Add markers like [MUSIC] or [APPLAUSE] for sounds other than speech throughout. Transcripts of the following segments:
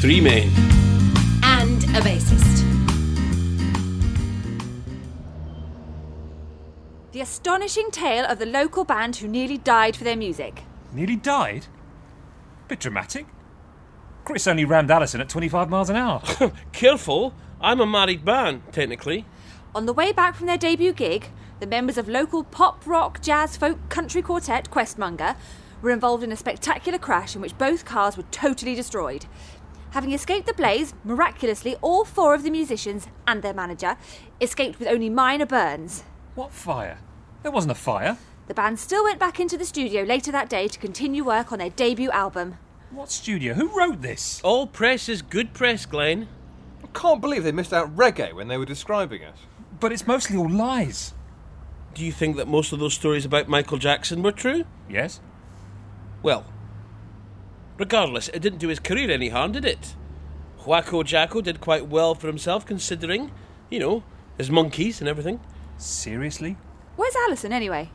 three men. and a bassist. The astonishing tale of the local band who nearly died for their music. Nearly died? Bit dramatic. Chris only rammed Allison at 25 miles an hour. Careful, I'm a married man, technically. On the way back from their debut gig, the members of local pop, rock, jazz, folk, country quartet Questmonger were involved in a spectacular crash in which both cars were totally destroyed. Having escaped the blaze, miraculously, all four of the musicians and their manager escaped with only minor burns. what fire? There wasn't a fire. The band still went back into the studio later that day to continue work on their debut album. What studio? Who wrote this? All press is good press, Glenn. I can't believe they missed out reggae when they were describing us. But it's mostly all lies. Do you think that most of those stories about Michael Jackson were true? Yes? Well, regardless, it didn't do his career any harm, did it? Wacko Jacko did quite well for himself, considering, you know, his monkeys and everything. Seriously? Where's Alison anyway?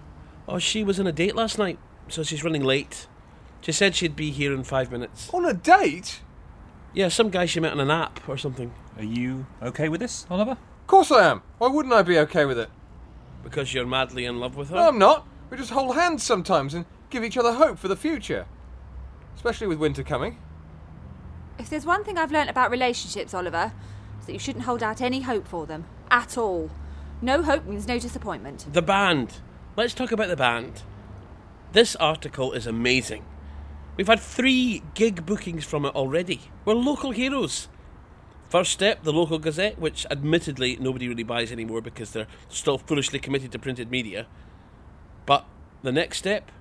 Oh, she was on a date last night, so she's running late. She said she'd be here in five minutes. On a date? Yeah, some guy she met on an app or something. Are you okay with this, Oliver? Of course I am. Why wouldn't I be okay with it? Because you're madly in love with her? No, I'm not. We just hold hands sometimes and give each other hope for the future. Especially with winter coming. If there's one thing I've learnt about relationships, Oliver, it's that you shouldn't hold out any hope for them. At all. No hope means no disappointment. The band. Let's talk about the band. This article is amazing. We've had three gig bookings from it already. We're local heroes. First step, the local Gazette, which admittedly nobody really buys anymore because they're still foolishly committed to printed media. But the next step,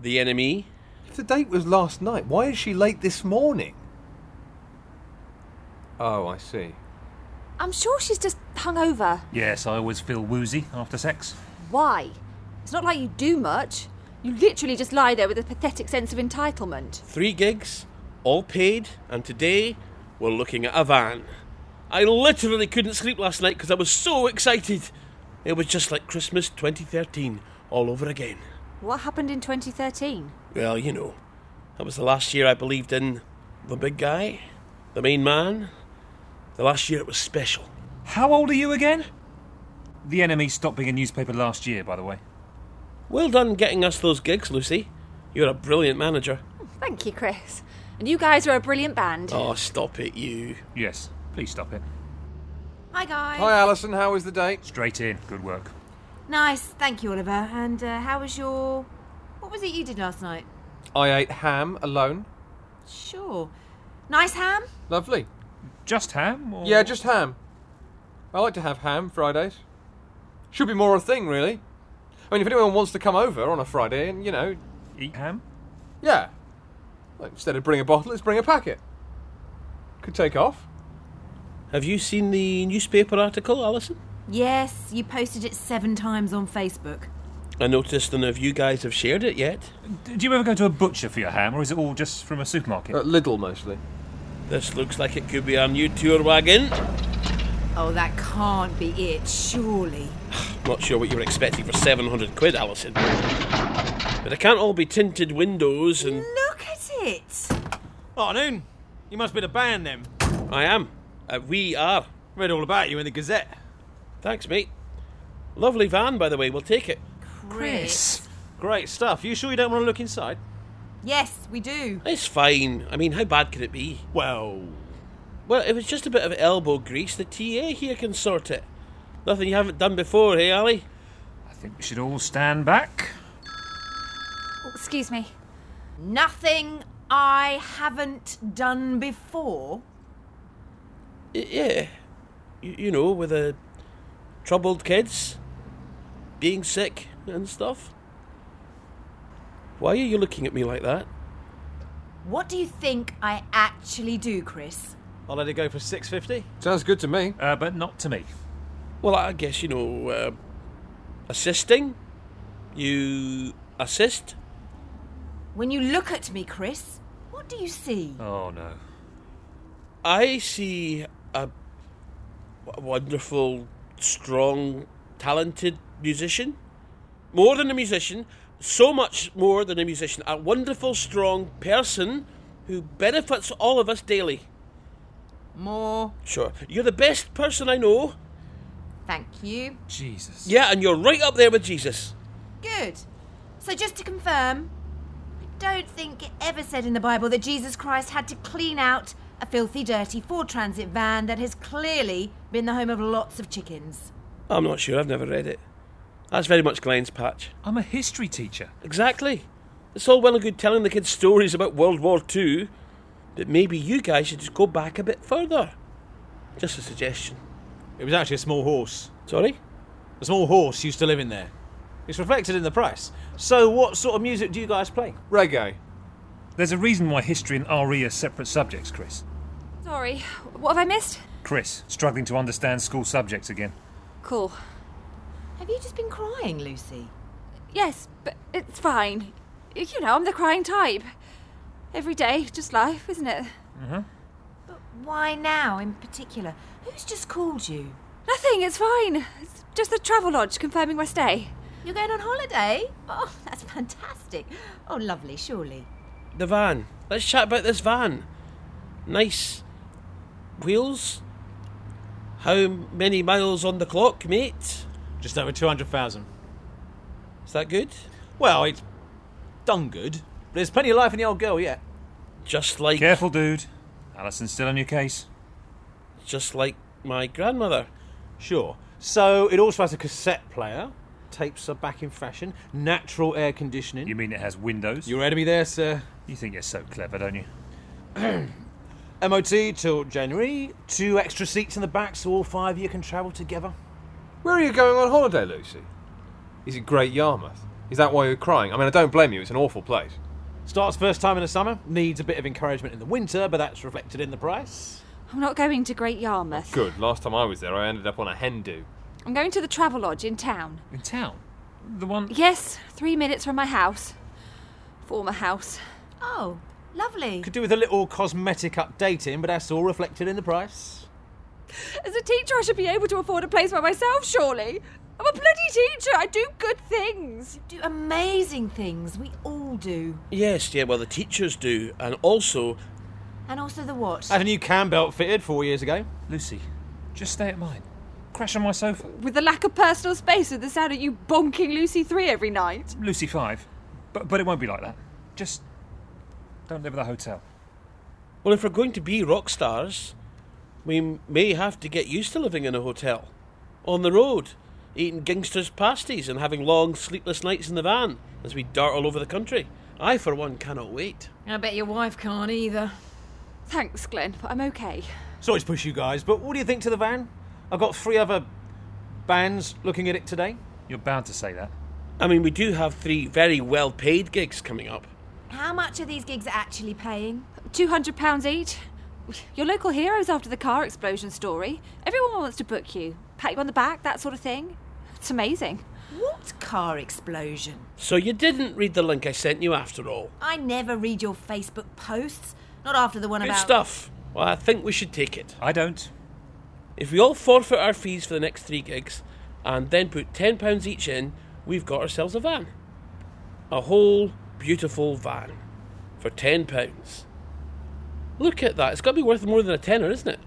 the E. enemy. If the date was last night, why is she late this morning? Oh, I see. I'm sure she's just hungover. Yes, I always feel woozy after sex. Why? It's not like you do much. You literally just lie there with a pathetic sense of entitlement. Three gigs, all paid, and today we're looking at a van. I literally couldn't sleep last night because I was so excited. It was just like Christmas 2013 all over again. What happened in 2013? Well, you know, that was the last year I believed in the big guy, the main man. The last year it was special. How old are you again? The enemy stopped being a newspaper last year, by the way. Well done getting us those gigs, Lucy. You're a brilliant manager. Thank you, Chris. And you guys are a brilliant band. Oh, stop it, you. Yes, please stop it. Hi guys. Hi, Alison. How was the date? Straight in. Good work. Nice, thank you, Oliver. And uh, how was your? What was it you did last night? I ate ham alone. Sure. Nice ham. Lovely. Just ham? Or... Yeah, just ham. I like to have ham Fridays. Should be more a thing, really. I mean, if anyone wants to come over on a Friday, and you know, eat ham. yeah. Like, instead of bring a bottle, let's bring a packet. Could take off. Have you seen the newspaper article, Alison? Yes, you posted it seven times on Facebook. I noticed none of you guys have shared it yet. D- Do you ever go to a butcher for your ham, or is it all just from a supermarket? At Lidl mostly. This looks like it could be our new tour wagon. Oh, that can't be it, surely. Not sure what you were expecting for 700 quid, Alison. But it can't all be tinted windows and. Look at it. Afternoon. Oh, You must be the band then. I am. Uh, we are. Read all about you in the Gazette. Thanks, mate. Lovely van, by the way. We'll take it. Chris. Great stuff. You sure you don't want to look inside? Yes, we do. It's fine. I mean, how bad could it be? Well, Well, it was just a bit of elbow grease. The TA here can sort it. Nothing you haven't done before, hey, Ali? I think we should all stand back. Oh, excuse me. Nothing I haven't done before. Y- yeah. You, you know, with the troubled kids, being sick and stuff. Why are you looking at me like that? What do you think I actually do, Chris? I'll let it go for 650. Sounds good to me. Uh, but not to me. Well, I guess, you know, uh, assisting. You assist. When you look at me, Chris, what do you see? Oh no. I see a w- wonderful, strong, talented musician. More than a musician, so much more than a musician. A wonderful, strong person who benefits all of us daily. More. Sure. You're the best person I know. Thank you. Jesus. Yeah, and you're right up there with Jesus. Good. So just to confirm, I don't think it ever said in the Bible that Jesus Christ had to clean out a filthy, dirty Ford Transit van that has clearly been the home of lots of chickens. I'm not sure. I've never read it. That's very much Glenn's patch. I'm a history teacher. Exactly. It's all well and good telling the kids stories about World War II, but maybe you guys should just go back a bit further. Just a suggestion. It was actually a small horse. Sorry? A small horse used to live in there. It's reflected in the price. So, what sort of music do you guys play? Reggae. There's a reason why history and RE are separate subjects, Chris. Sorry, what have I missed? Chris, struggling to understand school subjects again. Cool. Have you just been crying, Lucy? Yes, but it's fine. You know, I'm the crying type. Every day, just life, isn't it? But why now in particular? Who's just called you? Nothing, it's fine. It's just the travel lodge confirming my stay. You're going on holiday? Oh, [LAUGHS] that's fantastic. Oh, lovely, surely. The van. Let's chat about this van. Nice wheels. How many miles on the clock, mate? Just over 200,000. Is that good? Well, it's done good, but there's plenty of life in the old girl yet. Just like Careful, dude. Alison's still on your case. just like my grandmother. Sure. So, it also has a cassette player. Tapes are back in fashion. Natural air conditioning. You mean it has windows? Your enemy there, sir. You think you're so clever, don't you? MOT till January. Two extra seats in the back so all five of you can travel together. Where are you going on holiday, Lucy? Is it Great Yarmouth? Is that why you're crying? I mean, I don't blame you. It's an awful place. Starts first time in the summer. Needs a bit of encouragement in the winter, but that's reflected in the price. I'm not going to Great Yarmouth. Good. Last time I was there, I ended up on a hen do. I'm going to the travel lodge in town. In town? The one. Yes, three minutes from my house. Former house. Oh, lovely. Could do with a little cosmetic updating, but that's all reflected in the price. As a teacher, I should be able to afford a place by myself, surely. I'm a bloody teacher. I do good things. do amazing things. We all do. Yes, yeah, well, the teachers do. And also, And also the what? I had a new cam belt fitted four years ago. Lucy, just stay at mine. Crash on my sofa. With the lack of personal space and the sound of you bonking Lucy 3 every night. Lucy 5. But, but it won't be like that. Just don't live at the hotel. well, if we're going to be rock stars, we m- may have to get used to living in a hotel, on the road, eating gangsters' pasties and having long, sleepless nights in the van as we dart all over the country. I, for one, cannot wait. I bet your wife can't either. Thanks, Glenn, but I'm okay. Sorry to push you guys, but what do you think to the van? I've got three other bands looking at it today. You're bound to say that. I mean, we do have three very well paid gigs coming up. How much are these gigs actually paying? £200 each. Your local heroes after the car explosion story. Everyone wants to book you, pat you on the back, that sort of thing. It's amazing. What car explosion? So you didn't read the link I sent you after all. I never read your Facebook posts. Not after the one Good about. stuff. Well, I think we should take it. I don't. If we all forfeit our fees for the next three gigs and then put £10 each in, we've got ourselves a van. A whole beautiful van for £10. Look at that, it's got to be worth more than a tenner, isn't it?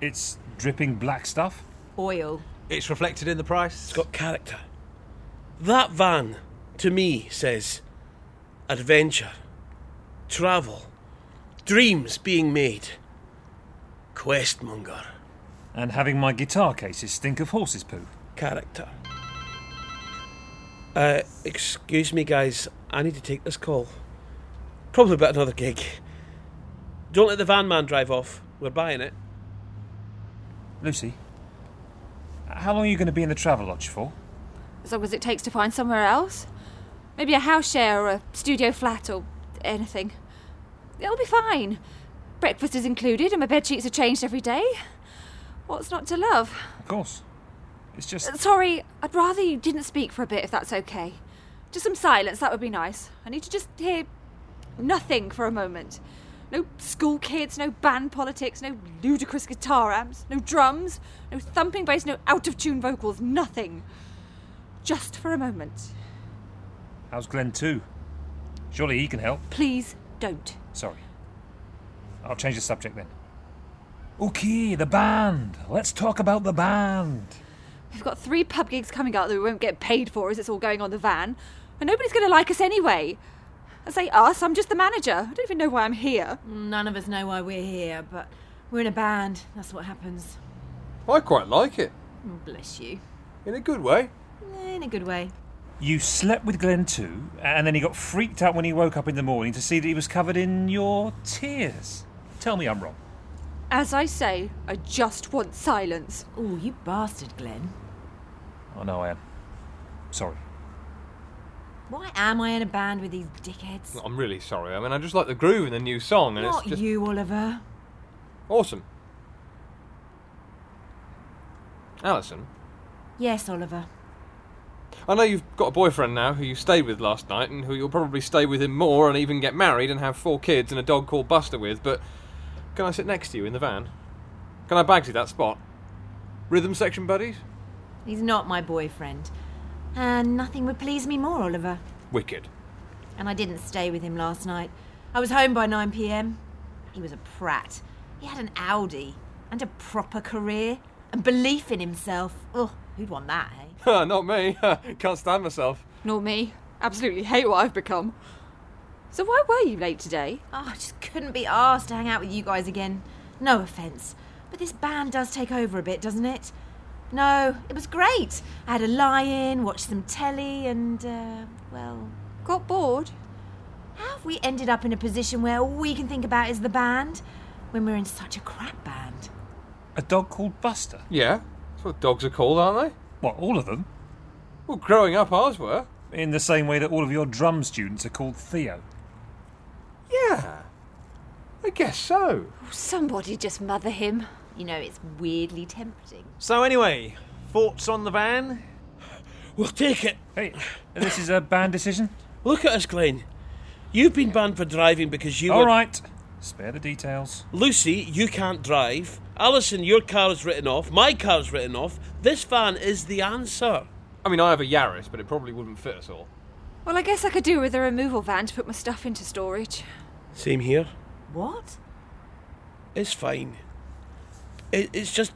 It's dripping black stuff. Oil. It's reflected in the price. It's got character. That van, to me, says adventure, travel, dreams being made, questmonger, And having my guitar cases stink of horse's poo. character. Uh, excuse me, guys, I need to take this call. Probably about another gig. Don't let the van man drive off. We're buying it. Lucy, how long are you going to be in the travel lodge for? As long as it takes to find somewhere else. Maybe a house share or a studio flat or anything. It'll be fine. Breakfast is included and my bed sheets are changed every day. What's not to love? Of course. It's just. Sorry, I'd rather you didn't speak for a bit if that's okay. Just some silence, that would be nice. I need to just hear nothing for a moment. No school kids, no band politics, no ludicrous guitar amps, no drums, no thumping bass, no out of tune vocals, nothing. Just for a moment. How's Glenn too? Surely he can help. Please don't. Sorry. I'll change the subject then. Okay, the band. Let's talk about the band. We've got three pub gigs coming up that we won't get paid for as it's all going on the van, and nobody's going to like us anyway. I say us, I'm just the manager. I don't even know why I'm here. None of us know why we're here, but we're in a band. That's what happens. I quite like it. Oh, Bless you. In a good way. In a good way. You slept with Glenn too, and then he got freaked out when he woke up in the morning to see that he was covered in your tears. Tell me I'm wrong. As I say, I just want silence. Oh, you bastard, Glenn. Oh no, I am. Sorry. Why am I in a band with these dickheads? I'm really sorry. I mean, I just like the groove in the new song, and Not it's just you, Oliver. awesome. Alison, Yes, Oliver. I know you've got a boyfriend now who you stayed with last night and who you'll probably stay with him more and even get married and have four kids and a dog called Buster with, but can I sit next to you in the van? Can I bag you that spot? Rhythm section buddies? He's not my boyfriend. And nothing would please me more, Oliver. Wicked. [LAUGHS] And I didn't stay with him last night. I was home by 9 pm. He was a prat. He had an Audi and a proper career and belief in himself. Ugh, who'd want that, eh? Not me. [LAUGHS] Can't stand myself. Nor me. Absolutely hate what I've become. So why were you late today? Oh, I just couldn't be asked to hang out with you guys again. No offence, but this band does take over a bit, doesn't it? No, it was great. I had a lie in, watched some telly, and, uh, well, Got bored? how have we ended up in a position where all we can think about is the band when we're in such a crap band? A dog called Buster. Yeah? That's what dogs are called, aren't they? What, all of them? Well, growing up, ours were. In the same way that all of your drum students are called Theo. Yeah. I guess so. Oh, somebody just mother him. You know, it's weirdly tempting. So anyway, thoughts on the van? We'll take it. Hey, this is a band decision? Look at us, Glenn. You've been banned for driving because you All were- right. Spare the details. Lucy, you can't drive. Alison, your car is written off. My car is written off. This van is the answer. I mean, I have a Yaris, but it probably wouldn't fit us all. Well, I guess I could do with a removal van to put my stuff into storage. Same here. What? It's fine. It, it's just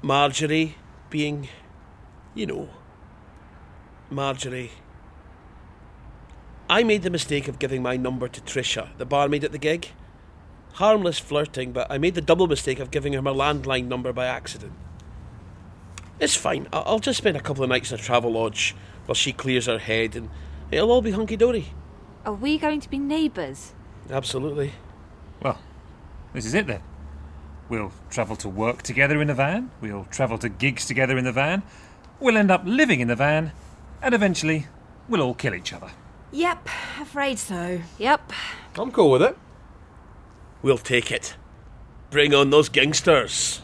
Marjorie being, you know, Marjorie. I made the mistake of giving my number to Trisha, the barmaid at the gig. Harmless flirting, but I made the double mistake of giving her my landline number by accident. It's fine. I- I'll just spend a couple of nights in a travel lodge while she clears her head, and it'll all be hunky dory. Are we going to be neighbours? Absolutely. Well, this is it then. We'll travel to work together in the van, we'll travel to gigs together in the van, we'll end up living in the van, and eventually we'll all kill each other. Yep, afraid so. Yep. I'm cool with it. We'll take it. Bring on those gangsters.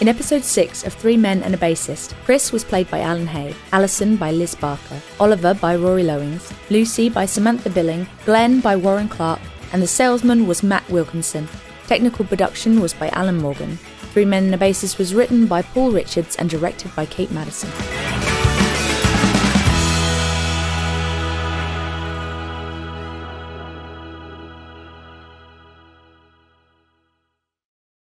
In episode 6 of Three Men and a Bassist, Chris was played by Alan Hay, Alison by Liz Barker, Oliver by Rory Lowings, Lucy by Samantha Billing, Glenn by Warren Clark, and the salesman was Matt Wilkinson. Technical production was by Alan Morgan. Three Men and a Bassist was written by Paul Richards and directed by Kate Madison.